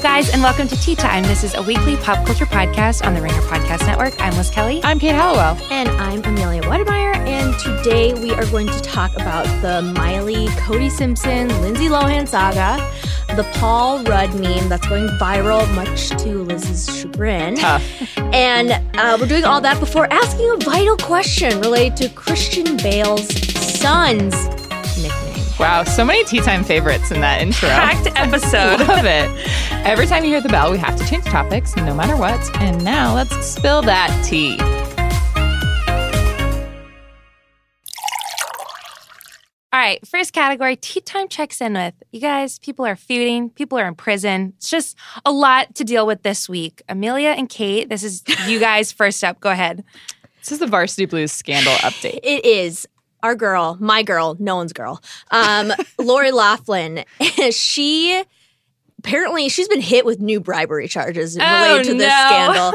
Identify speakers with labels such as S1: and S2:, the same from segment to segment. S1: guys, and welcome to Tea Time. This is a weekly pop culture podcast on the Ringer Podcast Network. I'm Liz Kelly.
S2: I'm Kate Hallowell.
S3: And I'm Amelia Wedemeyer, and today we are going to talk about the Miley, Cody Simpson, Lindsay Lohan saga, the Paul Rudd meme that's going viral, much to Liz's chagrin. And uh, we're doing all that before asking a vital question related to Christian Bale's son's nickname.
S2: Wow, so many tea time favorites in that intro.
S1: Packed episode.
S2: Love it. Every time you hear the bell, we have to change topics, no matter what. And now let's spill that tea.
S1: All right, first category tea time checks in with. You guys, people are feuding, people are in prison. It's just a lot to deal with this week. Amelia and Kate, this is you guys first up. Go ahead.
S2: This is the Varsity Blues scandal update.
S3: It is our girl, my girl, no one's girl. Um, Lori Laughlin. she apparently she's been hit with new bribery charges related
S1: Oh,
S3: to this
S1: no.
S3: scandal.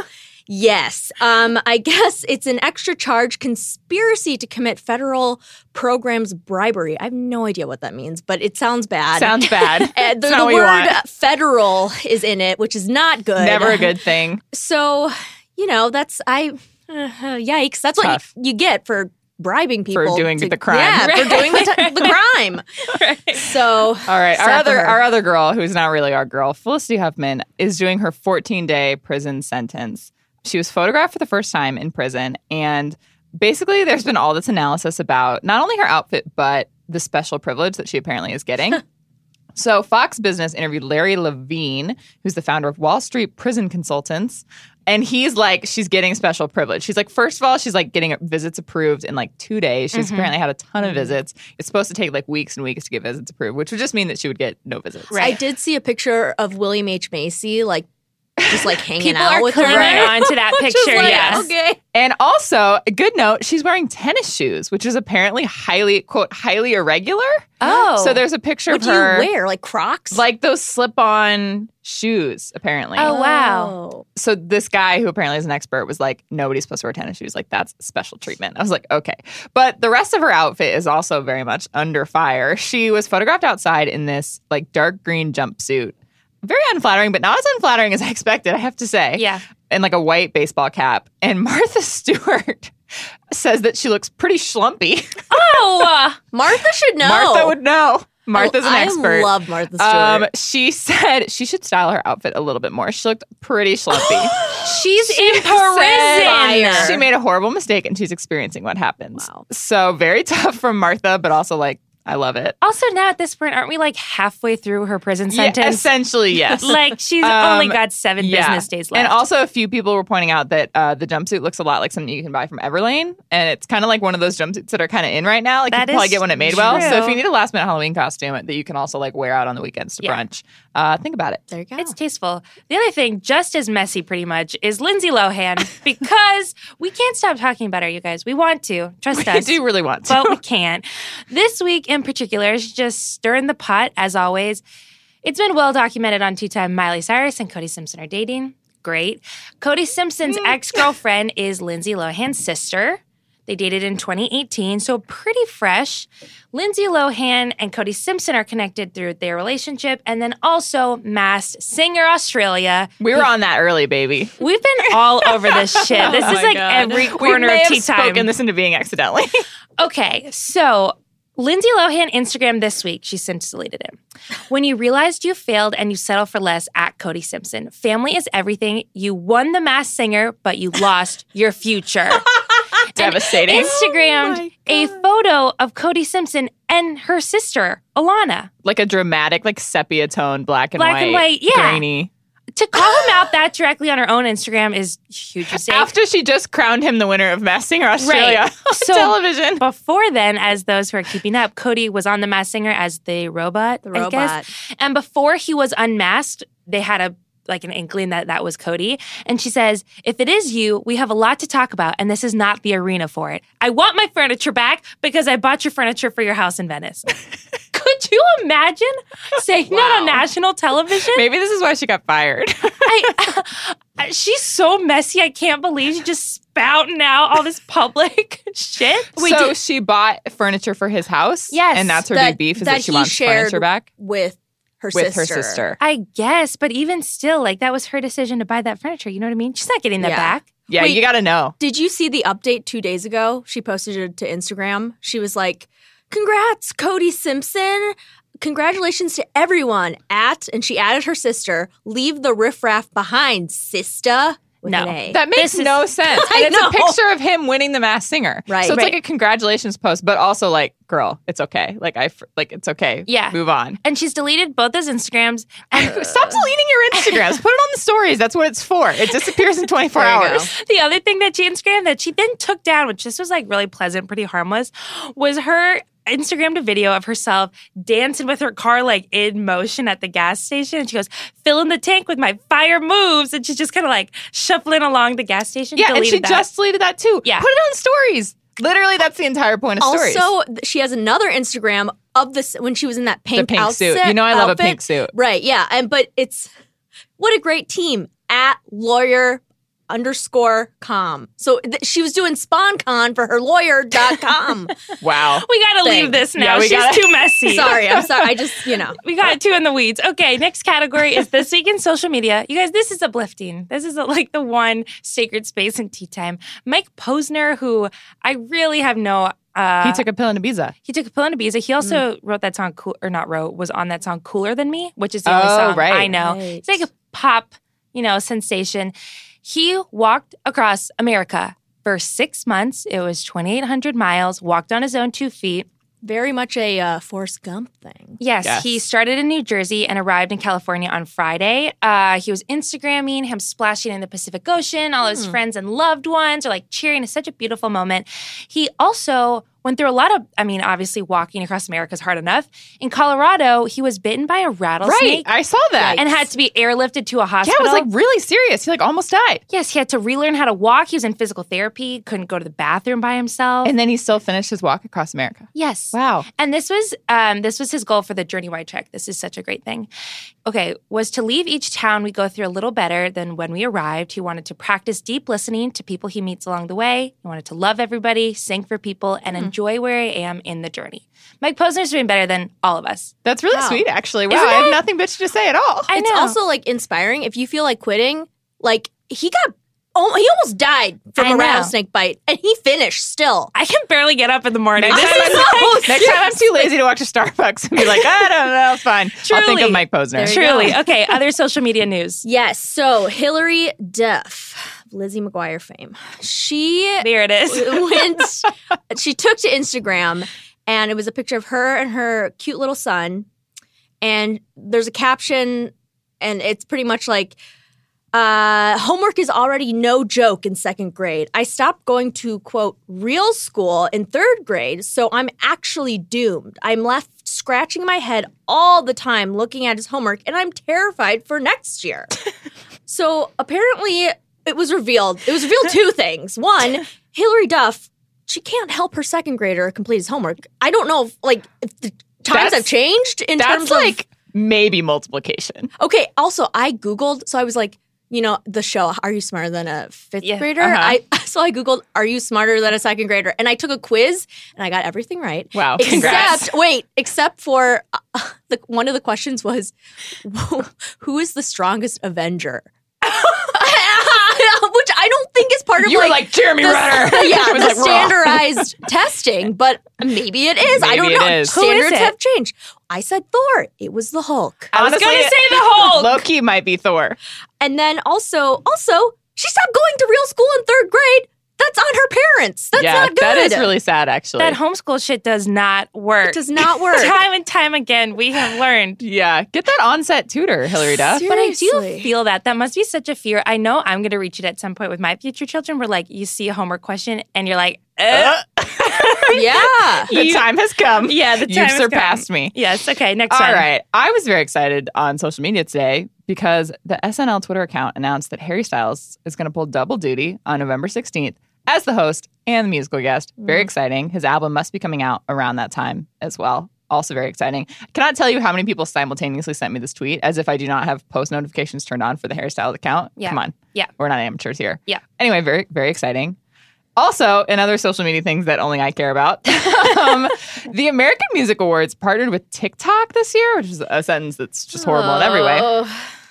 S3: Yes. Um, I guess it's an extra charge conspiracy to commit federal programs bribery. I have no idea what that means, but it sounds bad.
S2: Sounds bad.
S3: Uh, the
S2: It's not
S3: the
S2: what you
S3: word
S2: want.
S3: federal is in it, which is not good.
S2: Never a good thing.
S3: So, you know, that's I. Uh, yikes! That's
S2: Tough.
S3: what you, you get for bribing people
S2: doing the crime.
S3: Yeah, for doing the, t- the crime. So,
S2: All right, our
S3: sad for
S2: other
S3: her.
S2: our other girl, who's not really our girl, Felicity Huffman, is doing her 14 day prison sentence. She was photographed for the first time in prison, and basically, there's been all this analysis about not only her outfit but the special privilege that she apparently is getting. So, Fox Business interviewed Larry Levine, who's the founder of Wall Street Prison Consultants. And he's like, she's getting special privilege. She's like, first of all, she's like getting visits approved in like two days.
S3: Mm-hmm.
S2: She's apparently had a ton of visits. It's supposed to take like weeks and weeks to get visits approved, which would just mean that she would get no visits.
S1: Right.
S3: I did see a picture of William H Macy, like just like hanging
S1: People
S3: out
S1: are
S3: with
S1: clinging
S3: her.
S1: onto that picture.
S3: Like,
S1: yes.
S3: Okay.
S2: And also, a good note, she's wearing tennis shoes, which is apparently highly, quote, highly irregular.
S1: Oh.
S2: So, there's a picture
S3: What
S2: of
S3: do you
S2: her.
S3: wear? Like Crocs?
S2: Like those slip on shoes, apparently.
S1: Oh, wow.
S2: so this guy who apparently is an expert was like, nobody's supposed to wear tennis shoes. Like that's special treatment. I was like, okay. But the rest of her outfit is also very much under fire. She was photographed outside in this like dark green jumpsuit. Very unflattering, but not as unflattering as I expected, I have to say.
S1: Yeah.
S2: And like a white baseball cap. And Martha Stewart says that she looks pretty schlumpy.
S1: Oh,
S3: Martha should know.
S2: Martha would know. Martha's
S3: oh,
S2: an expert.
S3: I love Martha Stewart.
S2: um, she said she should style her outfit a little bit more. She looked pretty schlumpy.
S1: she's in
S3: Fire.
S1: prison.
S2: She made a horrible mistake and she's experiencing what happens.
S3: Wow.
S2: So very tough from Martha, but also like I love it.
S1: Also, now at this point, aren't we like halfway through her prison
S2: Yeah,
S1: sentence?
S2: essentially, yes.
S1: like she's
S2: Um,
S1: only got seven
S2: Yeah.
S1: business days left.
S2: And also, a few people were pointing out that uh, the jumpsuit looks a lot like something you can buy from Everlane, and it's kind of like one of those jumpsuits that are kind of in right now. Like you
S1: That
S2: can probably
S1: is
S2: get one at Madewell. So if
S1: true.
S2: you need a last minute Halloween costume that you can also like wear out on the weekends to
S1: Yeah.
S2: brunch, uh, think about it.
S3: there you go.
S1: It's tasteful. The other thing, just as messy pretty much, is Lindsay Lohan because we can't stop talking about her, you guys. We want to. Trust
S2: I
S1: us.
S2: do really want to.
S1: But we can't. This week in particular, she's just stirring the pot, as always. It's been well documented on two time Miley Cyrus and Cody Simpson are dating. Great. Cody Simpson's
S2: Mm.
S1: ex girlfriend is Lindsay Lohan's sister. They dated in 2018, so pretty fresh. Lindsay Lohan and Cody Simpson are connected through their relationship, and then also Masked Singer Australia.
S2: we were on that early, baby.
S1: We've been all over this shit. This
S2: Oh
S1: is
S2: my
S1: like
S2: God.
S1: every
S2: we
S1: corner
S2: may
S1: of
S2: have
S1: tea time.
S2: spoken this into being accidentally.
S1: Okay, so Lindsay Lohan Instagram this week, she since deleted it. When you realized you failed and you settle for less at Cody Simpson, family is everything. You won the mass singer, but you lost your future.
S2: Devastating.
S1: Instagrammed a photo of Cody Simpson and her sister, Alana.
S2: like a dramatic, like sepia tone, black and
S1: Black
S2: white,
S1: and white, yeah.
S2: grainy.
S1: To call him out that directly on her own Instagram is huge mistake.
S2: After she just crowned him the winner of Mass Singer Australia
S1: Right.
S2: on
S1: So-
S2: television.
S1: before then, as those who are keeping up, Cody was on The Masked Singer as the robot.
S3: the
S1: I guess.
S3: robot.
S1: And before he was unmasked, they had a like an inkling that that was Cody. And she says, "If it is you, we have a lot to talk about, and this is not the arena for it. I want my furniture back because I bought your furniture for your house in Venice." Could you imagine saying that on
S2: Wow.
S1: national television?
S2: Maybe this is why she got fired.
S1: I, she's so messy. I can't believe she's just spouting out all this public shit.
S2: so she bought furniture for his house.
S1: Yes,
S2: And that's her
S3: that-
S2: big beef is that,
S3: that
S2: she
S3: he
S2: wants
S3: shared
S2: furniture back.
S3: with her
S2: with
S3: sister.
S2: her sister.
S1: I guess, but even still, like that was her decision to buy that furniture. You know what I mean? She's not getting that
S3: Yeah.
S1: back.
S2: Yeah,
S3: Wait.
S2: you got to know.
S3: Did you see the update two days ago? She posted it to Instagram. She was like, Congrats, Cody Simpson. Congratulations to everyone at, and she added her sister, leave the riffraff behind, sister. With
S1: No.
S3: an A.
S2: That makes
S1: This is-
S2: no sense.
S3: I
S2: And it's
S3: know.
S2: a picture of him winning the Mass Singer.
S3: Right.
S2: So it's
S1: Right.
S2: like a congratulations post, but also like, girl, it's okay. Like I f- like it's okay.
S1: Yeah.
S2: Move on.
S1: And she's deleted both those Instagrams. And
S2: Stop deleting your Instagrams. Put it on the stories. That's what it's for. It disappears in 24
S3: There you
S2: hours.
S1: the other thing that she Instagrammed that she then took down, which this was like really pleasant, pretty harmless, was her Instagrammed a video of herself dancing with her car like in motion at the gas station. And she goes, filling the tank with my fire moves. And she's just kind of like shuffling along the gas station.
S2: Yeah, and
S1: deleted
S2: she
S1: that.
S2: just deleted that too.
S1: Yeah.
S2: Put it on stories. Literally, that's the entire point of stories.
S3: Also, th- she has another Instagram of this when she was in that pink,
S2: the pink
S3: outfit,
S2: suit. You know I love
S3: outfit.
S2: a pink suit.
S3: Right, yeah. And but it's what a great team at lawyer underscore com. So th- she was doing SpawnCon for her lawyer.com.
S2: Wow.
S1: We got to
S3: thing.
S1: leave this
S2: Yeah,
S1: now.
S2: we
S1: she's
S2: gotta-
S1: too messy.
S3: sorry, I'm sorry. I just, you know.
S1: We got two in the weeds. Okay, next category is this week in social media. You guys, this is uplifting. This is uh, like the one sacred space in tea time. Mike Posner, who I really have no. Uh,
S2: he Mm. took a pill in Ibiza.
S1: he took a pill and a He also wrote that song, cool, or not wrote, was on that song "Cooler Than Me," which is the only
S2: Oh,
S1: song
S2: right.
S1: I know.
S3: Right.
S1: It's like a pop, you know, sensation. He walked across America for six months. It was twenty eight hundred miles. Walked on his own two feet.
S3: Very much a uh, Forrest Gump thing.
S1: Yes,
S2: Yes.
S1: he started in New Jersey and arrived in California on Friday. Uh, he was Instagramming him splashing in the Pacific Ocean. All
S2: Hmm.
S1: his friends and loved ones are like cheering. It's such a beautiful moment. He also went through a lot of, I mean, obviously walking across America is hard enough. In Colorado, he was bitten by a
S2: Right.
S1: rattlesnake
S2: I saw that.
S1: and had to be airlifted to a
S2: yeah,
S1: hospital.
S2: it was like really serious. He like almost died.
S1: yes, he had to relearn how to walk. He was in physical therapy, couldn't go to the bathroom by himself.
S2: And then he still finished his walk across America.
S1: yes.
S2: Wow.
S1: And this was um, this was his goal for the Journey Wide Trek. This is such a great thing. Okay, was to leave each town we go through a little better than when we arrived. He wanted to practice deep listening to people he meets along the way. He wanted to love everybody, sing for people,
S3: Mm-hmm.
S1: and enjoy where I am in the journey. Mike Posner's doing better than all of us.
S2: That's really
S3: Wow.
S2: sweet, actually. Wow.
S1: Isn't
S2: I
S1: it?
S2: have nothing bitch to say at all.
S1: I
S3: it's
S1: know.
S3: also like inspiring. If you feel like quitting, like he got, oh, he almost died from
S1: I
S3: a
S1: know.
S3: rattlesnake bite and he finished still.
S1: I can barely get up in the morning.
S2: Next
S1: This
S2: time,
S1: is
S2: I'm,
S1: like-
S2: next time I'm too lazy to walk to Starbucks and be like, I don't know, it's fine. I'll think
S1: Truly.
S2: of Mike Posner.
S3: you
S1: Truly.
S3: go.
S1: Okay, other social media news.
S3: Yes. So Hillary Duff, Lizzie McGuire fame, she
S1: There it is.
S3: went, she took to Instagram and it was a picture of her and her cute little son. And there's a caption, and it's pretty much like, uh, homework is already no joke in second grade. I stopped going to quote real school in third grade, so I'm actually doomed. I'm left scratching my head all the time looking at his homework, and I'm terrified for next year. so apparently, it was revealed. It was revealed two things. One, Hillary Duff, she can't help her second grader complete his homework. I don't know if like if the times
S2: That's-
S3: have changed in terms
S2: That's
S3: of
S2: like maybe multiplication.
S3: Okay. Also, I googled, so I was like, you know, the show "Are You Smarter Than a Fifth
S1: Yeah,
S3: Grader?"
S2: uh-huh.
S3: I so I googled "Are You Smarter Than a Second Grader?" and I took a quiz and I got everything right.
S2: Wow.
S3: Except
S2: Congrats.
S3: wait, except for uh, the, one of the questions was, "Who is the strongest Avenger?" Which I don't think is part of
S2: You were
S3: like,
S2: like Jeremy
S3: the,
S2: Renner.
S3: yeah,
S2: I was
S3: the
S2: like, raw.
S3: standardized testing, but maybe it is. I
S2: Maybe
S3: don't
S2: it
S3: know.
S2: is. Who
S1: is
S3: Standards
S1: it?
S3: have changed. I said Thor. It was the Hulk.
S1: I was
S2: Honestly,
S1: going to say the whole.
S2: Loki might be Thor.
S3: And then also, also, she stopped going to real school in third grade. That's on her parents. That's
S2: yeah,
S3: not good.
S2: that is really sad, actually.
S1: That homeschool shit does not work.
S3: It does not work.
S1: time and time again, we have learned.
S2: yeah, get that onset tutor, Hillary Duff.
S3: Seriously.
S1: But I do feel that. That must be such a fear. I know I'm going to reach it at some point with my future children where, like, you see a homework question and you're like, uh,
S2: Uh,
S3: yeah.
S2: the
S1: You-
S2: time has come.
S1: yeah, the time
S2: You've
S1: has come.
S2: surpassed me.
S1: Yes. Okay. Next
S2: All
S1: one.
S2: right. I was very excited on social media today because the SNL Twitter account announced that Harry Styles is going to pull double duty on November 16th as the host and the musical guest.
S1: Mm.
S2: Very exciting. His album must be coming out around that time as well. Also very exciting. I cannot tell you how many people simultaneously sent me this tweet as if I do not have post notifications turned on for the Harry Styles account.
S1: Yeah.
S2: Come on.
S1: Yeah.
S2: We're not amateurs here.
S1: Yeah.
S2: Anyway, very, very exciting. Also, in other social media things that only I care about, um, the American Music Awards partnered with TikTok this year, which is a sentence that's just horrible in every way.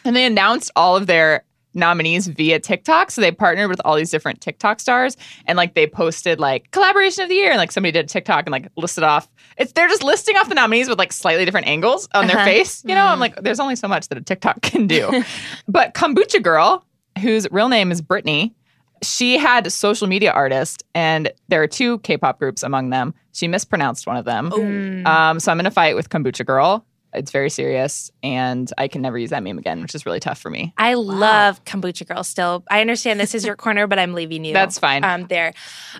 S2: And they announced all of their nominees via TikTok. So they partnered with all these different TikTok stars and like they posted like collaboration of the year and like somebody did a TikTok and like listed off. It's they're just listing off the nominees with like slightly different angles on their
S1: Uh-huh.
S2: face. You know, I'm like there's only so much that a TikTok can do. but Kombucha Girl, whose real name is Brittany, she had social media artist and there are two K-pop groups among them. She mispronounced one of them.
S1: Mm.
S2: Um, so I'm in a fight with Kombucha Girl. It's very serious, and I can never use that meme again, which is really tough for me.
S1: I love kombucha girl still. I understand this is your corner, but I'm leaving you.
S2: That's fine.
S1: Um, there.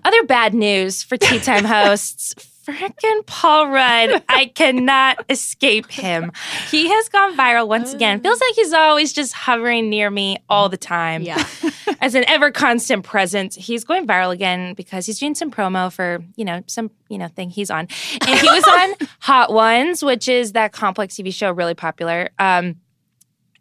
S1: Other bad news for tea time hosts. Frickin' Paul Rudd. I cannot escape him. He has gone viral once again. Feels like he's always just hovering near me all the time.
S3: Yeah.
S1: As an ever constant presence. He's going viral again because he's doing some promo for, you know, some, you know, thing he's on. And he was on Hot Ones, which is that complex TV show really popular. Um,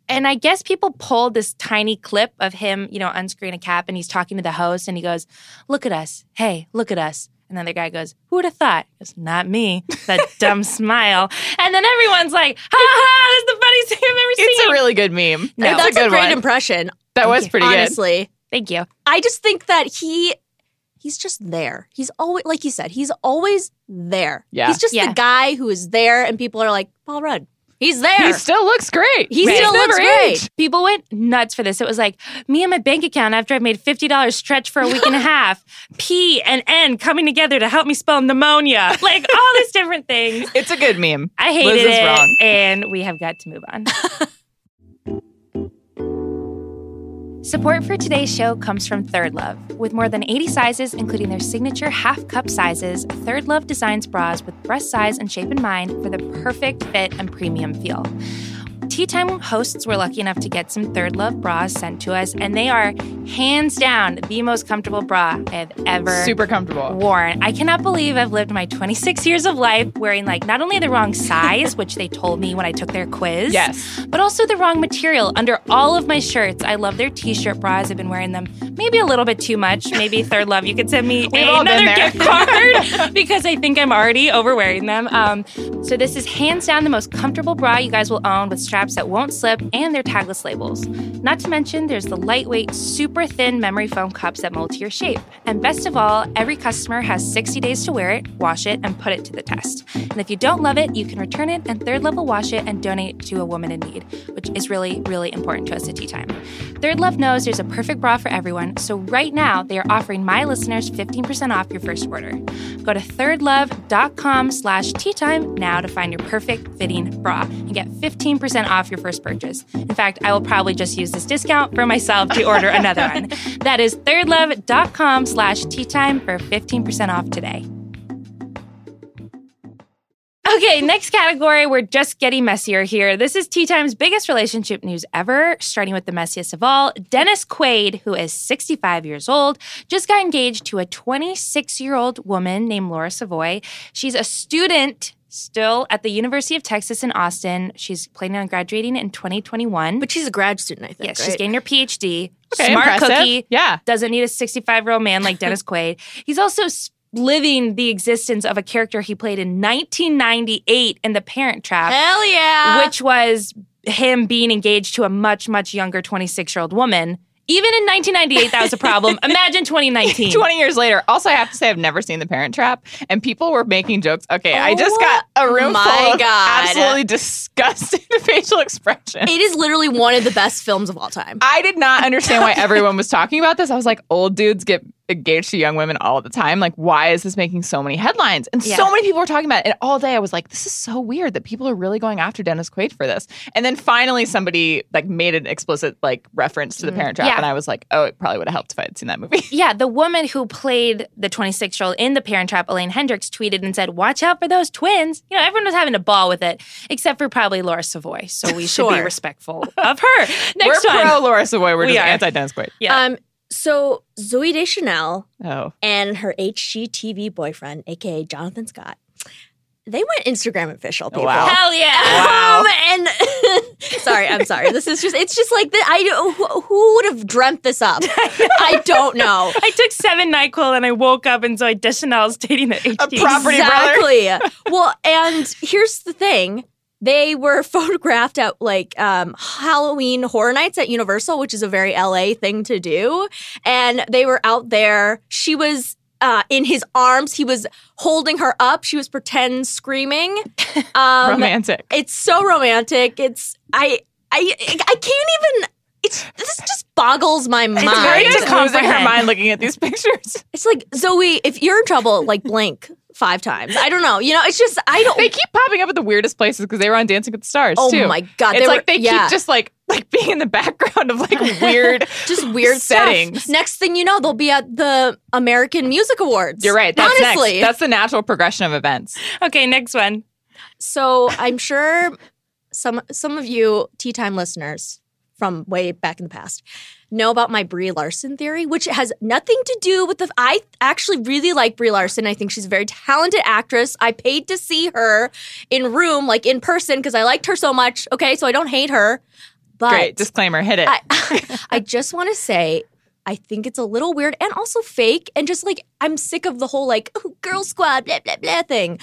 S1: and I guess people pulled this tiny clip of him, you know, unscrewing a cap and he's talking to the host and he goes, Look at us. Hey, look at us. And then the guy goes, Who would have thought? It's not me. That dumb smile. And then everyone's like, Ha ha, that's the funniest thing I've ever
S2: It's
S1: seen.
S2: a really good meme.
S1: No.
S2: It's
S1: That's
S2: a good
S3: great
S2: one.
S3: impression.
S2: that was pretty good.
S3: honestly.
S1: Thank you.
S3: I just think that he he's just there. He's always like you said, he's always there.
S2: Yeah.
S3: He's just
S1: Yeah.
S3: the guy who is there and people are like, Paul Rudd. He's there.
S2: He still looks great.
S3: He still
S2: never
S3: looks great.
S2: aged.
S1: People went nuts for this. It was like, me and my bank account after I made $50 stretch for a week and a half, P and N coming together to help me spell pneumonia, like all these different things.
S2: It's a good meme.
S1: I
S2: Liz
S1: hated
S2: is
S1: it.
S2: wrong.
S1: And we have got to move on. Support for today's show comes from Third Love. With more than 80 sizes, including their signature half cup sizes, Third Love designs bras with breast size and shape in mind for the perfect fit and premium feel. Tea Time hosts were lucky enough to get some Third Love bras sent to us, and they are hands down the most comfortable bra I have ever
S2: Super comfortable.
S1: Warren, I cannot believe I've lived my 26 years of life wearing like not only the wrong size, which they told me when I took their quiz,
S2: Yes.
S1: but also the wrong material under all of my shirts. I love their t-shirt bras. I've been wearing them maybe a little bit too much. Maybe Third Love, you could send me
S2: We've all been
S1: another
S2: there.
S1: gift card because I think I'm already overwearing them. Um, so this is hands down the most comfortable bra you guys will own with straps that won't slip and their tagless labels. Not to mention, there's the lightweight, super thin memory foam cups that mold to your shape. And best of all, every customer has 60 days to wear it, wash it, and put it to the test. And if you don't love it, you can return it and third level wash it and donate it to a woman in need, which is really, really important to us at Tea Time. Third Love knows there's a perfect bra for everyone, so right now they are offering my listeners 15% off your first order. Go to thirdlove.com slash teatime now to find your perfect fitting bra and get 15% off your first purchase. In fact, I will probably just use this discount for myself to order another one. That is thirdlove.com slash teatime for 15% off today. Okay, next category. We're just getting messier here. This is Tea Time's biggest relationship news ever, starting with the messiest of all. Dennis Quaid, who is 65 years old, just got engaged to a 26 year old woman named Laura Savoy. She's a student still at the University of Texas in Austin. She's planning on graduating in 2021.
S3: but she's a grad student, I think.
S1: yes,
S3: right?
S1: she's getting her PhD.
S2: Okay,
S1: Smart
S2: impressive.
S1: cookie
S2: Yeah.
S1: doesn't need a 65 year old man like Dennis Quaid. He's also s- living the existence of a character he played in 1998 in The Parent Trap,
S3: Hell yeah.
S1: which was him being engaged to a much, much younger 26 year old woman. Even in 1998, that was a problem. Imagine 2019.
S2: 20 years later. Also, I have to say, I've never seen The Parent Trap, and people were making jokes. Okay, I just
S3: Oh,
S2: got a room
S3: my
S2: full of
S3: God.
S2: absolutely disgusting facial expressions.
S3: it is literally one of the best films of all time.
S2: I did not understand why everyone was talking about this. I was like, old dudes get engaged to young women all the time. Like, why is this making so many headlines? And
S1: Yeah.
S2: so many people were talking about it. And all day I was like, this is so weird that people are really going after Dennis Quaid for this. And then finally somebody like made an explicit like reference to the parent trap.
S1: Mm. Yeah.
S2: And I was like, oh, it probably would have helped if I had seen that movie.
S1: Yeah, the woman who played the 26 year old in The Parent Trap, Elaine Hendricks, tweeted and said, Watch out for those twins. You know, everyone was having a ball with it, except for probably Laura Savoy. So we should be
S3: Sure.
S1: respectful of her. Next
S2: we're
S1: one.
S2: pro Laura Savoy. We're
S1: We
S2: just
S1: are.
S2: anti Dennis Quaid.
S1: Yeah.
S3: Um so Zoe Deschanel
S2: Oh.
S3: and her HGTV boyfriend, aka Jonathan Scott, they went Instagram official people.
S2: Wow.
S1: Hell yeah.
S2: Wow.
S3: Um, and sorry, I'm sorry. This is just, it's just like, the, I who, who would have dreamt this up? I don't know.
S1: I took seven NyQuil and I woke up and so I Deschanel's dating the HD.
S2: property brother.
S3: exactly. well, and here's the thing. They were photographed at like um, Halloween Horror Nights at Universal, which is a very LA thing to do. And they were out there. She was uh, in his arms. He was holding her up. She was pretend screaming. Um,
S2: Romantic.
S3: it's so romantic. It's I I I can't even. It's this just boggles my mind.
S1: It's very
S2: Just losing her
S1: comprehend.
S2: mind looking at these pictures.
S3: It's like Zoe, if you're in trouble, like blink five times. I don't know. You know, it's just I don't.
S2: They keep popping up at the weirdest places because they were on Dancing with the Stars
S3: oh
S2: too.
S3: my god!
S2: It's
S3: they
S2: like
S3: were-
S2: they
S3: yeah.
S2: keep just like like being in the background of like weird.
S3: just weird
S2: settings.
S3: Stuff. Next thing you know, they'll be at the American Music Awards.
S2: You're right. That's
S3: Honestly,
S2: next. That's the natural progression of events.
S1: Okay, next one.
S3: so I'm sure some some of you tea time listeners from way back in the past know about my Brie Larson theory, which has nothing to do with the. I actually really like Brie Larson. I think she's a very talented actress. I paid to see her in room, like in person, because I liked her so much. Okay, so I don't hate her. But
S2: Great disclaimer. Hit it.
S3: I, I just want to say, I think it's a little weird and also fake. And just like, I'm sick of the whole like, oh, girl squad, blah, blah, blah thing.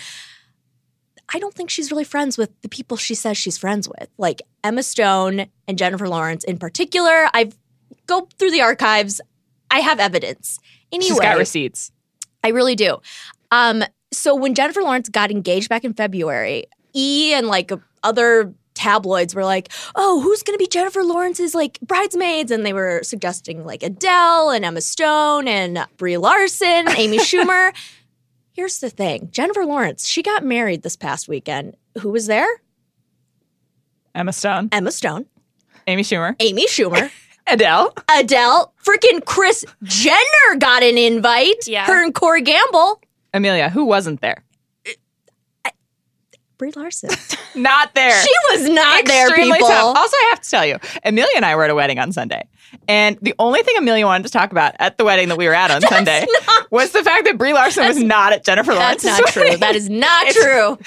S3: I don't think she's really friends with the people she says she's friends with, like Emma Stone and Jennifer Lawrence in particular. I've go through the archives. I have evidence. Anyway,
S2: She's got receipts.
S3: I really do. Um, so when Jennifer Lawrence got engaged back in February, E and like other tabloids were like, "Oh, who's going to be Jennifer Lawrence's like bridesmaids?" And they were suggesting like Adele and Emma Stone and Brie Larson, Amy Schumer. Here's the thing: Jennifer Lawrence, she got married this past weekend. Who was there?
S2: Emma Stone,
S3: Emma Stone,
S2: Amy Schumer,
S3: Amy Schumer,
S2: Adele.
S3: Adele, freaking Chris Jenner got an invite.
S1: Yeah.
S3: Her and Corey Gamble,
S2: Amelia, who wasn't there?
S3: Brie Larson.
S2: Not there.
S3: She was not there,
S2: Extremely
S3: people.
S2: tough. Also, I have to tell you, Amelia and I were at a wedding on Sunday, and the only thing Amelia wanted to talk about at the wedding that we were at on Sunday was the fact that Brie Larson was not at Jennifer
S3: That's
S2: Lawrence's
S3: not true.
S2: wedding.
S3: That is not
S2: It's-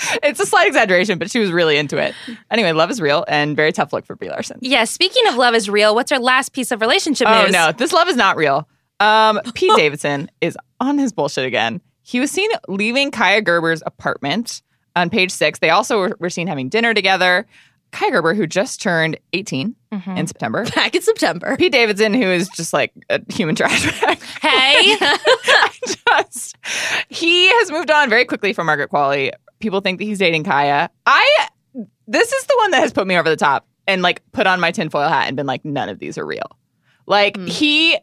S3: true.
S2: It's a slight exaggeration, but she was really into it. Anyway, love is real and very tough look for Brie Larson.
S1: Yeah, speaking of love is real, what's our last piece of relationship
S2: Oh
S1: news?
S2: no, this love is not real. Um, Pete Davidson is on his bullshit again. He was seen leaving Kaya Gerber's apartment on page six. They also were, were seen having dinner together. Kaya Gerber, who just turned 18
S3: Mm-hmm.
S2: in September.
S3: Back in September.
S2: Pete Davidson, who is just like a human trash bag.
S1: Hey,
S2: just he has moved on very quickly from Margaret Qualley. People think that he's dating Kaya. I this is the one that has put me over the top and like put on my tinfoil hat and been like, none of these are real. Like he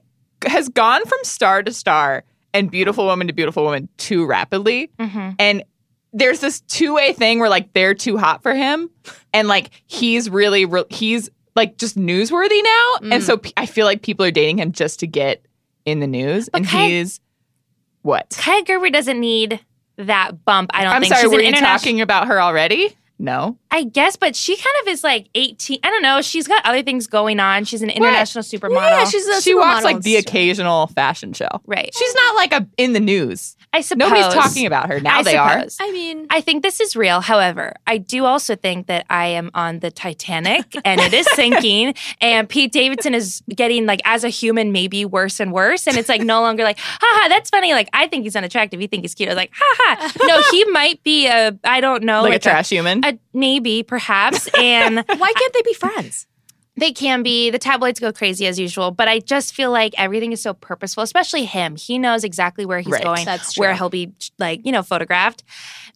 S2: has gone from star to star and beautiful woman to beautiful woman too rapidly.
S1: Mm-hmm.
S2: And there's this two way thing where like they're too hot for him, and like he's really re- he's like just newsworthy now, and
S1: Mm.
S2: so p- I feel like people are dating him just to get in the news, and
S1: Kai-
S2: he's what?
S1: Kai Gerber doesn't need that bump. I don't
S2: I'm
S1: think
S2: sorry,
S1: she's
S2: were
S1: an
S2: you
S1: international.
S2: talking about her already? No,
S1: I guess, but she kind of is like 18. I don't know. She's got other things going on. She's an international supermodel.
S3: Yeah, she's a
S2: she walks like
S3: supermodel.
S2: the occasional fashion show.
S1: right.
S2: She's not like a in the news.
S1: I suppose
S2: Nobody's talking about her now.
S1: I
S2: they are.
S1: suppose.
S3: I mean,
S1: I think this is real. However, I do also think that I am on the Titanic and it is sinking. and Pete Davidson is getting like as a human maybe worse and worse. And it's like no longer like, haha, that's funny. Like I think he's unattractive. You think he's cute. I was like, haha. No, he might be Oh, a I don't know,
S2: Like, a trash human.
S1: a- maybe, perhaps. And
S3: why can't they be friends?
S1: they can be. The tabloids go crazy as usual, but I just feel like everything is so purposeful, especially him. He knows exactly where he's
S2: Right.
S1: going,
S3: That's true.
S1: where he'll be like, you know, photographed.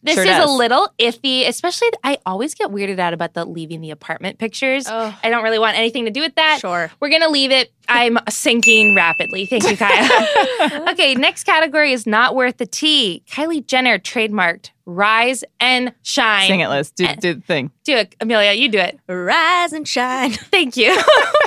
S1: This
S2: Sure
S1: is
S2: does.
S1: a little iffy, especially I always get weirded out about the leaving the apartment pictures.
S3: Oh.
S1: I don't really want anything to do with that.
S3: Sure.
S1: We're going to leave it. I'm sinking rapidly. Thank you, Kyle. okay, next category is not worth the tea. Kylie Jenner trademarked rise and shine.
S2: Sing it, Liz. Do, do the thing.
S1: Do it, Amelia. You do it.
S3: Rise and shine.
S1: Thank you.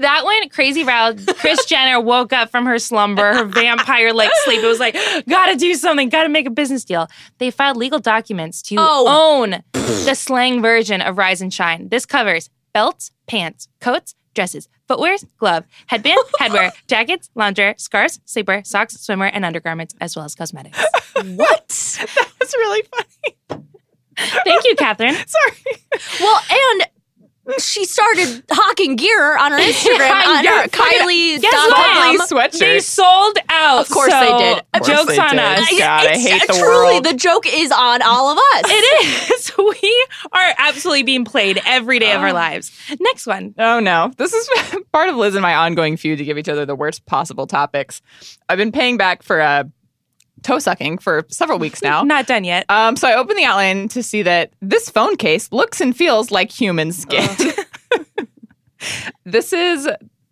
S1: that went crazy round. Chris Jenner woke up from her slumber, her vampire like sleep. It was like, gotta do something, gotta make a business deal. They filed legal documents to
S3: Oh.
S1: own the slang version of Rise and Shine. This covers belts, pants, coats, dresses, footwears, glove, headband, headwear, jackets, loungewear, scarves, sleepwear, socks, swimwear, and undergarments, as well as cosmetics.
S3: What?
S2: That's really funny.
S1: Thank you, Catherine.
S2: Sorry.
S3: well, and she started hawking gear on her Instagram on
S2: Yeah,
S3: her
S2: fuck it.
S3: Kylie.
S1: Guess
S3: dot
S1: what?
S3: com.
S2: Ugly
S1: They
S2: sweatshirt.
S1: sold out.
S3: Of course they
S1: so
S3: did. Of
S2: course
S1: Jokes
S2: they
S1: on
S2: did.
S1: us.
S2: God, I
S3: It's-
S2: hate the
S3: truly,
S2: world.
S3: the joke is on all of us.
S1: It is. We are absolutely being played every day of our lives. Next one.
S2: Oh no. This is part of Liz and my ongoing feud to give each other the worst possible topics. I've been paying back for uh, toe sucking for several weeks now.
S1: Not done yet.
S2: Um, so I opened the outline to see that this phone case looks and feels like human skin. this is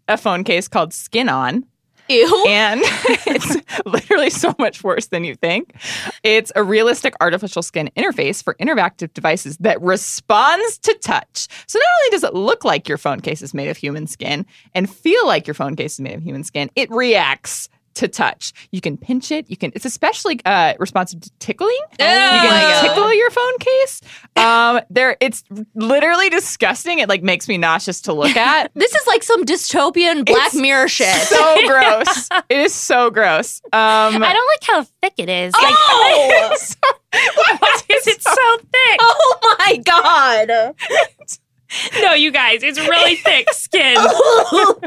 S2: a phone case called Skin On,
S3: Ew.
S2: and it's literally so much worse than you think. It's a realistic artificial skin interface for interactive devices that responds to touch. So not only does it look like your phone case is made of human skin and feel like your phone case is made of human skin, it reacts. To touch, you can pinch it. You can. It's especially uh, responsive to tickling you
S1: Oh
S2: can
S1: my God.
S2: tickle your phone case. Um, there, it's literally disgusting. It like makes me nauseous to look at.
S3: This is like some dystopian Black Mirror shit.
S2: so gross. It is so gross. Um,
S1: I don't like how thick it is. Like,
S3: Oh!
S1: why is it so thick?
S3: oh my god.
S1: No, you guys, it's really thick skin.
S3: we'll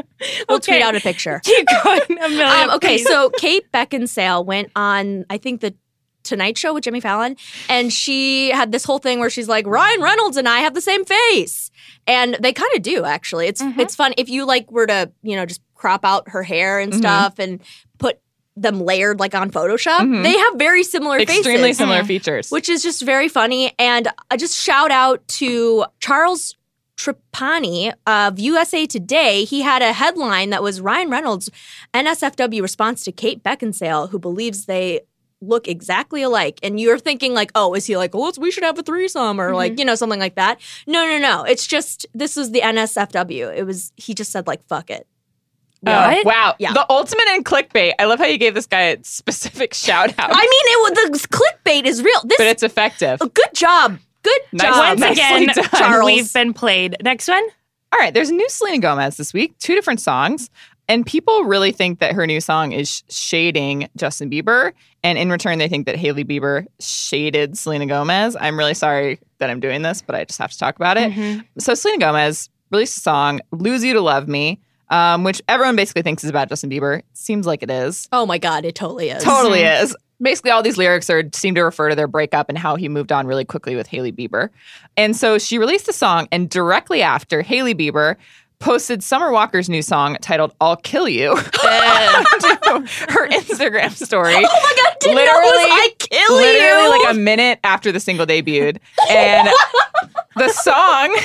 S1: Okay.
S3: tweet out a picture.
S1: Keep going, Amelia.
S3: Um, okay,
S1: please.
S3: so Kate Beckinsale went on, I think, the Tonight Show with Jimmy Fallon, and she had this whole thing where she's like, Ryan Reynolds and I have the same face. And they kind of do, actually. It's
S1: Mhm.
S3: it's fun. If you like were to, you know, just crop out her hair and
S2: Mhm.
S3: stuff and put them layered like on Photoshop,
S2: Mhm.
S3: they have very similar
S2: extremely
S3: faces.
S2: similar
S1: Mm.
S2: features.
S3: Which is just very funny. And I just shout out to Charles Trapani of USA Today. He had a headline that was Ryan Reynolds' NSFW response to Kate Beckinsale, who believes they look exactly alike. And you're thinking, like, oh, is he like, oh, it's- we should have a threesome or like, you know, something like that. No, no, no. It's just, this was the NSFW. It was, he just said, like, fuck it.
S2: Oh,
S1: What?
S2: wow,
S3: Yeah.
S2: the ultimate in clickbait. I love how you gave this guy a specific shout out,
S3: I mean, it was, the clickbait is real. This,
S2: but it's effective.
S3: good job. Good
S2: Nice.
S3: job.
S1: Once
S2: nicely
S1: again,
S2: done.
S1: Charles. um, we've
S3: Charles.
S1: been played. Next one.
S2: All right, there's a new Selena Gomez this week, two different songs. And people really think that her new song is shading Justin Bieber. And in return, they think that Haley Bieber shaded Selena Gomez. I'm really sorry that I'm doing this, but I just have to talk about it. So Selena Gomez released a song, Lose You to Love Me, um, which everyone basically thinks is about Justin Bieber. Seems like it is.
S3: Oh my God, it totally is.
S2: Totally is. Mm-hmm. Basically, all these lyrics are seem to refer to their breakup and how he moved on really quickly with Haley Bieber. And so she released the song, and directly after, Haley Bieber posted Summer Walker's new song titled "I'll Kill You" to her Instagram story. Oh my god!
S3: didn't know it was "I Kill
S2: literally
S3: You."
S2: like a minute after the single debuted, and the song.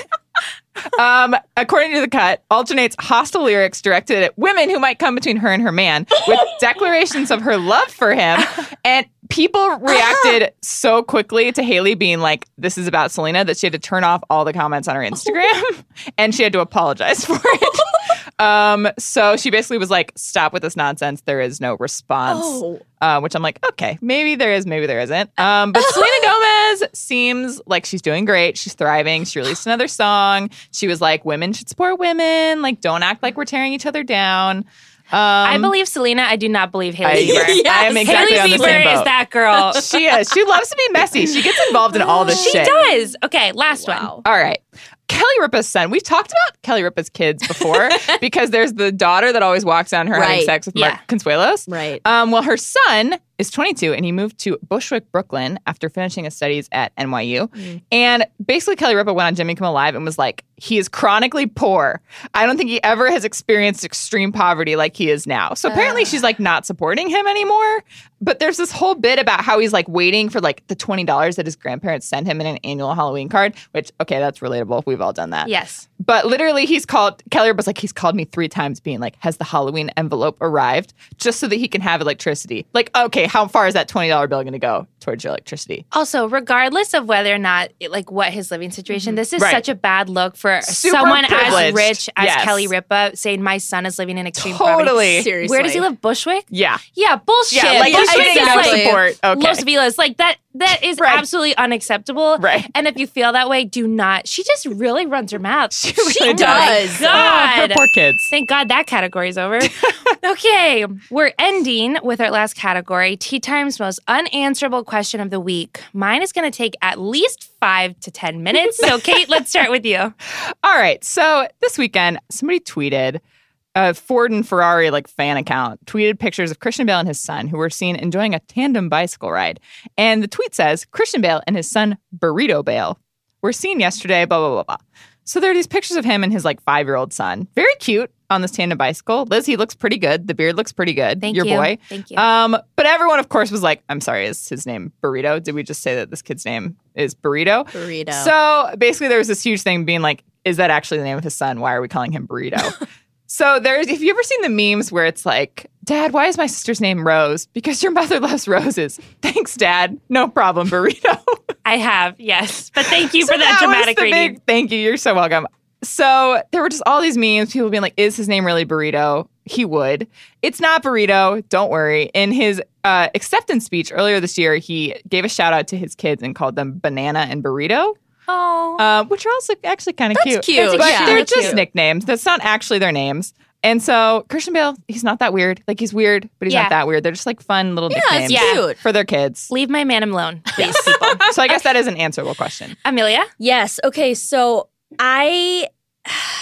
S2: Um, according to the cut, alternates hostile lyrics directed at women who might come between her and her man with declarations of her love for him. And people reacted so quickly to Haley being like, This is about Selena, that she had to turn off all the comments on her Instagram and she had to apologize for it. Um, so she basically was like, Stop with this nonsense. There is no response.
S3: Oh.
S2: Uh, which I'm like, okay, maybe there is, maybe there isn't. Um, but Selena Gomez seems like she's doing great. She's thriving. She released another song. She was like, women should support women. Like, don't act like we're tearing each other down. Um,
S1: I believe Selena. I do not believe
S2: I,
S1: Haley Bieber.
S2: I am
S3: Yes.
S2: exactly on
S1: Haley
S2: the
S1: Bieber
S2: same boat.
S1: is that girl.
S2: she is. She loves to be messy. She gets involved in all this
S1: she
S2: shit.
S1: does. Okay, last one.
S3: Wow.
S2: All right. Kelly Ripa's son. We've talked about Kelly Ripa's kids before because there's the daughter that always walks on her having
S3: Right.
S2: sex with
S1: Yeah.
S2: Mark Consuelos.
S3: Right.
S2: Um, well, her son is 22 and he moved to Bushwick, Brooklyn after finishing his studies at NYU. And basically, Kelly Ripa went on Jimmy Kimmel Live and was like, he is chronically poor. I don't think he ever has experienced extreme poverty like he is now. So apparently, she's like not supporting him anymore. But there's this whole bit about how he's like waiting for like the $20 that his grandparents send him in an annual Halloween card, which, okay, that's relatable. We've all done that.
S1: Yes.
S2: But literally, he's called Kelly was like, he's called me three times, being like, "Has the Halloween envelope arrived?" Just so that he can have electricity. Like, okay, how far is that twenty dollar bill going to go towards your electricity?
S1: Also, regardless of whether or not, like, what his living situation, this is
S2: Mm-hmm. Right.
S1: such a bad look for
S2: Super
S1: someone as
S2: privileged.
S1: rich as
S2: Yes.
S1: Kelly Ripa saying, "My son is living in extreme poverty."
S2: Totally.
S3: Seriously.
S1: Where does he live? Bushwick.
S2: Yeah.
S1: Yeah, bullshit.
S2: Yeah. Like,
S3: Yeah,
S2: you
S1: Bushwick
S2: should
S1: is
S2: get no
S1: like
S3: exactly.
S2: support. Okay.
S1: Los Feliz. Like that. That is
S2: Right.
S1: absolutely unacceptable.
S2: Right.
S1: And if you feel that way, do not. She just really runs her mouth. She,
S2: really
S3: does.
S1: Oh my
S2: her
S1: God.
S2: poor kids.
S1: Thank God that category's over. okay, we're ending with our last category Tea Time's most unanswerable question of the week. Mine is going to take at least five to 10 minutes. So, Kate, let's start with you.
S2: All right. So this weekend, somebody tweeted a Ford and Ferrari like fan account tweeted pictures of Christian Bale and his son who were seen enjoying a tandem bicycle ride. And the tweet says Christian Bale and his son Burrito Bale were seen yesterday, blah, blah, blah, blah. So there are these pictures of him and his like five year old son. Very cute on this tandem bicycle. Liz, he looks pretty good. The beard looks pretty good.
S1: Thank
S2: Your
S1: you.
S2: boy.
S1: Thank you.
S2: Um, but everyone, of course, was like, I'm sorry, is his name Burrito? Did we just say that this kid's name is Burrito?
S3: Burrito.
S2: So basically, there was this huge thing being like, is that actually the name of his son? Why are we calling him Burrito? so there's, if you ever seen the memes where it's like, Dad, why is my sister's name Rose? Because your mother loves roses. Thanks, Dad. No problem, Burrito.
S1: I have, yes. But thank you
S2: So
S1: for that,
S2: was
S1: dramatic
S2: the
S1: reading.
S2: big- thank you. You're so welcome. So there were just all these memes, people being like, is his name really Burrito? He would. It's not Burrito. Don't worry. In his uh, acceptance speech earlier this year, he gave a shout out to his kids and called them Banana and Burrito
S1: oh.
S2: uh, which are also actually kind of cute.
S3: cute.
S2: But
S3: Yeah,
S2: they're
S3: that's
S2: just
S3: cute.
S2: nicknames. That's not actually their names. And so Christian Bale, he's not that weird. Like he's weird, but he's
S1: Yeah.
S2: not that weird. They're just like fun little
S3: Yeah, it's
S2: nicknames
S3: cute.
S2: for their kids.
S1: Leave my man alone, please, people.
S2: So I guess that is an answerable question.
S1: Amelia?
S3: Yes. Okay. So I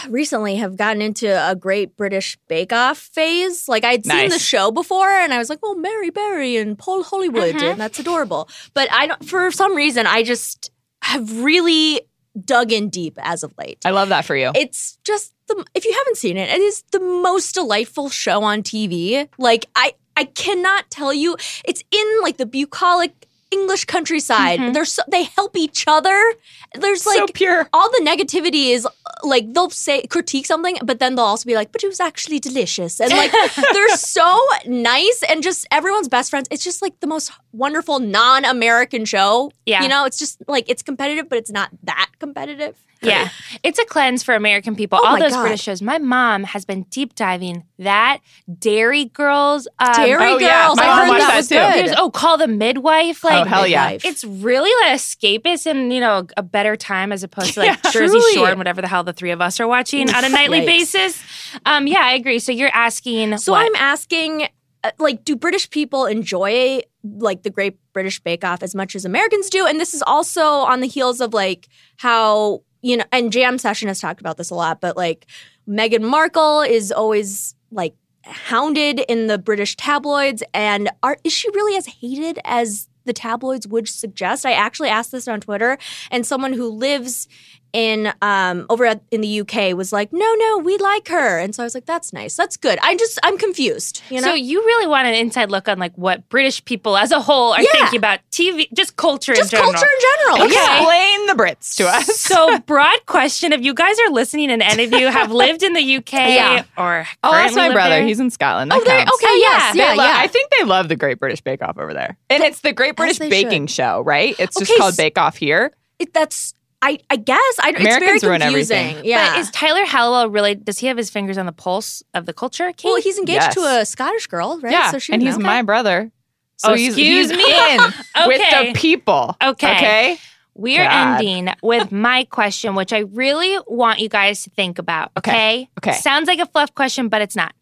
S3: recently have gotten into a great British Bake Off phase. Like I'd seen
S2: Nice.
S3: the show before and I was like, well, Mary Berry and Paul Hollywood,
S1: Mhm.
S2: Mm-hmm.
S3: and that's adorable. But I don't, for some reason, I just have really dug in deep as of late.
S2: I love that for you.
S3: It's just the if you haven't seen it, it is the most delightful show on TV. Like I I cannot tell you. It's in like the bucolic English countryside.
S1: Mhm.
S3: They're so, they help each other. There's like
S2: so pure.
S3: all the negativity is uh, like they'll say critique something, but then they'll also be like, "But it was actually delicious," and like they're so nice and just everyone's best friends. It's just like the most wonderful non-American show.
S1: Yeah.
S3: you know, it's just like it's competitive, but it's not that competitive.
S1: Yeah. It's a cleanse for American people.
S3: Oh
S1: All
S3: my
S1: those
S3: God.
S1: British shows. My mom has been deep diving that. Dairy Girls. Um,
S3: Dairy
S2: oh,
S3: Girls,
S2: yeah.
S1: My
S3: I
S1: mom
S3: heard
S1: watched
S3: that
S2: that
S3: was
S2: too.
S3: good.
S1: there's- oh, call the midwife. Like,
S2: oh hell yeah.
S3: midwife.
S1: It's really like escapist and, you know, a better time as opposed to like
S2: Yeah,
S1: Jersey
S2: truly.
S1: Shore and whatever the hell the three of us are watching on a nightly
S3: Yikes.
S1: basis. Um, yeah, I agree. So you're asking.
S3: So
S1: what?
S3: I'm asking, uh, like, do British people enjoy like the Great British Bake Off as much as Americans do? And this is also on the heels of like how you know, and Jam Session has talked about this a lot, but like Meghan Markle is always like hounded in the British tabloids, and are is she really as hated as? The tabloids would suggest. I actually asked this on Twitter, and someone who lives in um over at, in the UK was like, "No, no, we like her." And so I was like, "That's nice. That's good." I'm just I'm confused, you know.
S1: So you really want an inside look on like what British people as a whole are
S3: Yeah.
S1: thinking about TV, just culture
S3: just
S1: in general.
S3: culture in general.
S1: Okay.
S3: Yeah.
S2: Explain the Brits to us.
S1: So broad question: If you guys are listening and any of you have lived in the UK
S3: Yeah.
S1: or
S2: Oh, that's
S1: currently
S2: my
S1: live
S2: brother.
S1: there-
S2: He's in Scotland. That
S3: Oh, they-
S2: counts.
S3: okay,
S1: Oh,
S3: yes,
S2: They
S3: yeah,
S2: lo-
S3: yeah.
S2: I think they love the Great British Bake Off over there. And it's the Great British
S3: they
S2: Baking Show, right? It's just
S3: Okay,
S2: called
S3: s-
S2: Bake Off here.
S3: It- that's I I guess I it's
S2: Americans
S3: very
S2: ruin
S3: confusing.
S2: everything.
S3: Yeah.
S1: But is Tyler Hallowell really? Does he have his fingers on the pulse of the culture? Kate?
S3: well, he's engaged
S2: Yes.
S3: to a Scottish girl, right?
S2: Yeah,
S3: So she
S2: and
S3: would
S2: he's
S3: know.
S2: my brother. So
S1: Oh,
S2: he's,
S1: excuse
S2: he's
S1: me?
S2: in with
S1: Okay.
S2: the people.
S1: Okay.
S2: Okay.
S1: we are
S2: God.
S1: ending with my question, which I really want you guys to think about. Okay.
S2: Okay, okay.
S1: Sounds like a fluff question, but it's not.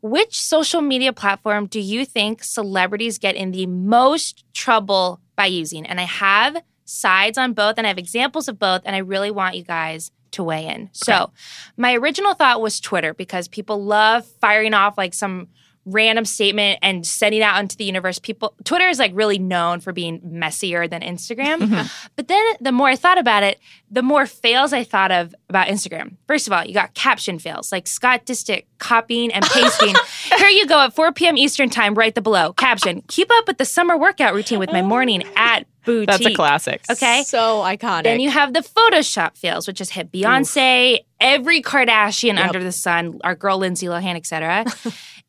S1: Which social media platform do you think celebrities get in the most trouble by using? And I have sides on both and I have examples of both, and I really want you guys to weigh in. So, my original thought was Twitter because people love firing off like some random statement and sending out into the universe. People, Twitter is like really known for being messier than Instagram.
S2: Mm-hmm.
S1: But then the more I thought about it, the more fails I thought of about Instagram. First of all, you got caption fails like Scott Distick copying and pasting. Here you go at 4 p.m. Eastern time, right the below. Caption, keep up with the summer workout routine with my morning at boutique.
S2: Oh. That's a classic.
S1: Okay.
S3: So iconic.
S1: Then you have the Photoshop fails, which has hit Beyonce, every Kardashian under the sun, our girl Lindsay Lohan, etc.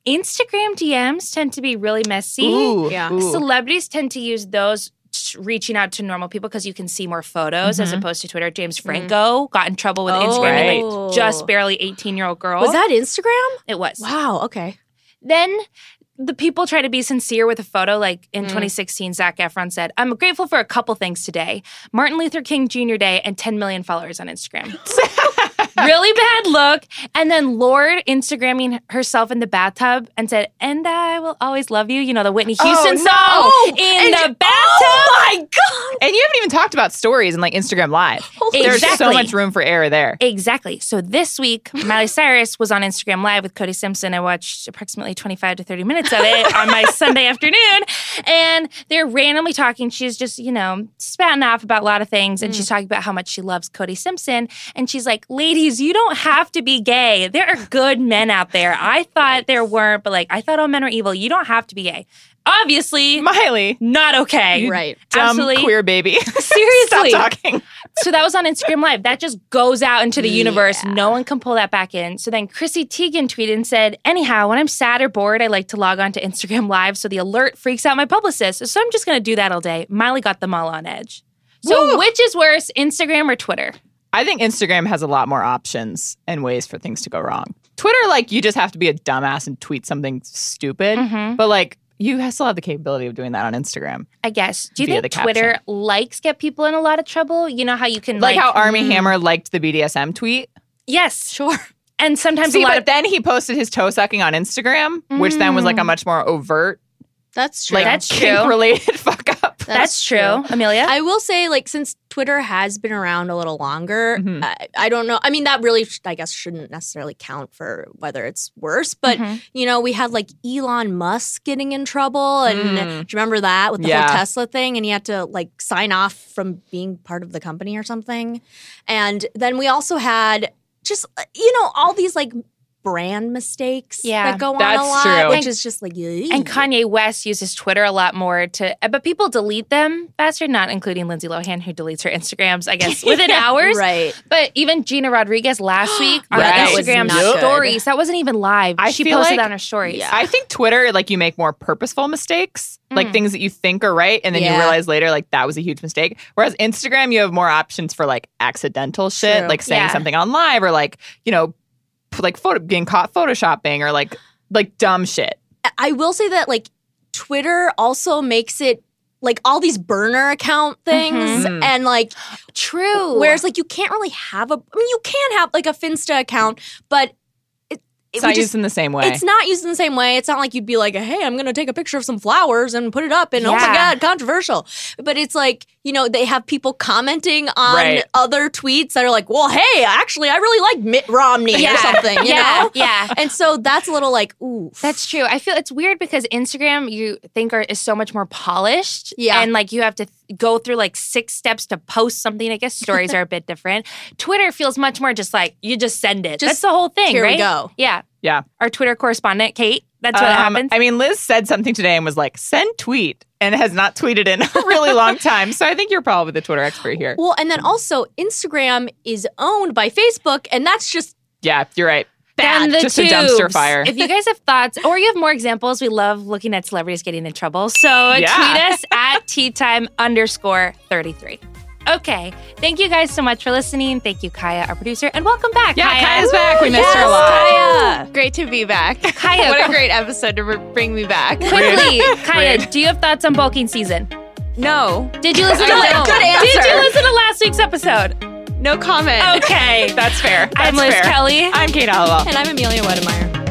S1: Instagram DMs tend to be really messy.
S2: Ooh.
S3: Yeah.
S2: ooh.
S1: Celebrities tend to use those t- reaching out to normal people because you can see more photos as opposed to Twitter. James Franco got in trouble with
S3: Mm-hmm. Oh.
S1: Instagram, and, like,
S3: Right.
S1: just barely eighteen-year-old girl.
S3: was that Instagram?
S1: it was
S3: Wow. Okay.
S1: then the people try to be sincere with a photo. Like in 2016, Zach Efron said, I'm grateful for a couple things today Martin Luther King Jr. Day and 10 million followers on Instagram. really bad look. And then Lord Instagramming herself in the bathtub
S3: oh,
S1: and said, And I will always love you. You know, the Whitney Houston
S2: Oh, no. Oh,
S1: song in the bathtub.
S3: my God.
S2: And you haven't even talked about stories and like Instagram Live.
S3: Holy
S1: Exactly.
S2: There's so much room for error there.
S1: Exactly. So this week, Miley Cyrus was on Instagram Live with Cody Simpson. I watched approximately 25 to 30 minutes of it on my Sunday afternoon. And they're randomly talking. She's just, you know, spouting off about a lot of things. And
S2: Mm.
S1: she's talking about how much she loves Cody Simpson. And she's like, ladies, you don't have to be gay. There are good men out there. I thought there weren't, but like, I thought all men are evil. You don't have to be gay. Obviously,
S2: Miley,
S1: not okay.
S3: Right.
S2: dumb
S1: Absolutely.
S2: queer baby. Stop
S1: Seriously.
S2: talking.
S1: So that was on Instagram Live. That just goes out into the universe. No one can pull that back in. So then Chrissy Teigen tweeted and said, Anyhow, when I'm sad or bored, I like to log on to Instagram Live so the alert freaks out my publicist. So I'm just going to do that all day. Miley got them all on edge. So
S2: Woo!
S1: which is worse, Instagram or Twitter?
S2: I think Instagram has a lot more options and ways for things to go wrong. Twitter, like, you just have to be a dumbass and tweet something stupid.
S1: Mm-hmm.
S2: But, like, you still have the capability of doing that on Instagram.
S1: I guess. Do you
S2: Via
S1: think
S2: the
S1: Twitter likes get people in a lot of trouble? You know how you can
S2: Like,
S1: like,
S2: how Army Hammer liked the BDSM tweet.
S1: Yes, sure. And sometimes
S2: See,
S1: a lot
S2: but
S1: of
S2: then he posted his toe sucking on Instagram, which then was like a much more overt,
S3: That's true.
S2: like
S1: That's true.
S2: related fuck up.
S1: that's true, Amelia.
S3: I will say, like, since Twitter has been around a little longer, I, I don't know. I mean, that really, sh- I guess, shouldn't necessarily count for whether it's worse. But
S1: Mm-hmm.
S3: you know, we had like Elon Musk getting in trouble, and do you remember that with the
S2: Mm. Yeah.
S3: whole Tesla thing? And he had to like sign off from being part of the company or something. And then we also had just uh, you know all these like brand mistakes
S1: Yeah.
S3: that go on
S2: That's
S3: a lot,
S2: true.
S3: which
S1: And-
S3: is just like
S1: And
S3: eek.
S1: Kanye West uses Twitter a lot more to, uh, but people delete them faster, not including Lindsay Lohan, who deletes her Instagrams, I guess, within hours.
S3: right.
S1: But even Gina Rodriguez last week on
S2: Right.
S1: her
S2: That was
S1: Instagram
S2: not good.
S1: stories, that wasn't even live.
S2: I
S1: she
S2: feel
S1: posted
S2: like-
S1: on her stories.
S2: I think Twitter, like you make more purposeful mistakes, like things that you think are right, and then you
S3: Yeah.
S2: realize later, like that was a huge mistake. Whereas Instagram, you have more options for like accidental shit,
S3: True.
S2: like saying
S1: Yeah.
S2: something on live, or like you know, p- like photo- getting caught photoshopping, or like like dumb shit.
S3: I will say that like Twitter also makes it like all these burner account things
S2: Mhm.
S3: and like
S1: True.
S3: whereas like you can't really have a I mean you can have like a Finsta account but it,
S2: It's
S3: it we
S2: not
S3: just
S2: used in the same way.
S3: it's not used in the same way. It's not like you'd be like, "Hey, I'm going to take a picture of some flowers and put it up," and oh my
S1: Yeah.
S3: god, controversial. But it's like you know they have people commenting on
S2: Right.
S3: other tweets that are like, "Well, hey, actually, I really like Mitt Romney
S1: Yeah.
S3: or something," you
S1: yeah,
S3: know.
S1: yeah.
S3: And so that's a little like, ooh,
S1: That's true. I feel it's weird because Instagram you think are, is so much more polished.
S3: Yeah.
S1: And like you have to th- go through like six steps to post something. I guess stories are a bit different. Twitter feels much more just like you just send it.
S3: Just,
S1: That's the whole thing,
S3: here we
S1: right?
S3: go.
S1: Yeah.
S2: Yeah.
S1: Our Twitter correspondent, Kate. That's what
S2: Um,
S1: happens.
S2: I mean, Liz said something today and was like, "Send tweet," and has not tweeted in a really long time. So I think you're probably the Twitter expert here.
S3: Well, and then also Instagram is owned by Facebook, and that's just
S2: Yeah, you're right.
S1: Down the
S2: Just a dumpster
S1: tubes.
S2: fire.
S1: If you guys have thoughts or you have more examples, we love looking at celebrities getting in trouble. So
S2: Yeah.
S1: tweet us at tea time underscore 33. Okay. Thank you guys so much for listening. Thank you, Kaya, our producer, and welcome back.
S2: Yeah,
S1: Kaya.
S2: Kaya's back. We missed her a lot.
S1: Kaya.
S4: Great to be back.
S1: Kaya.
S4: what a great episode to re- bring me back.
S1: Quickly, Kaya, do you have thoughts on bulking season?
S4: No,
S1: Did you listen to
S4: Good- good
S1: Did you
S4: answer.
S1: listen to last week's episode?
S4: no comment.
S1: Okay.
S3: Oh,
S2: That's fair. That's
S1: I'm Liz
S2: fair.
S1: Kelly.
S2: I'm Kate Hollowell.
S3: and I'm Amelia Wedemeyer.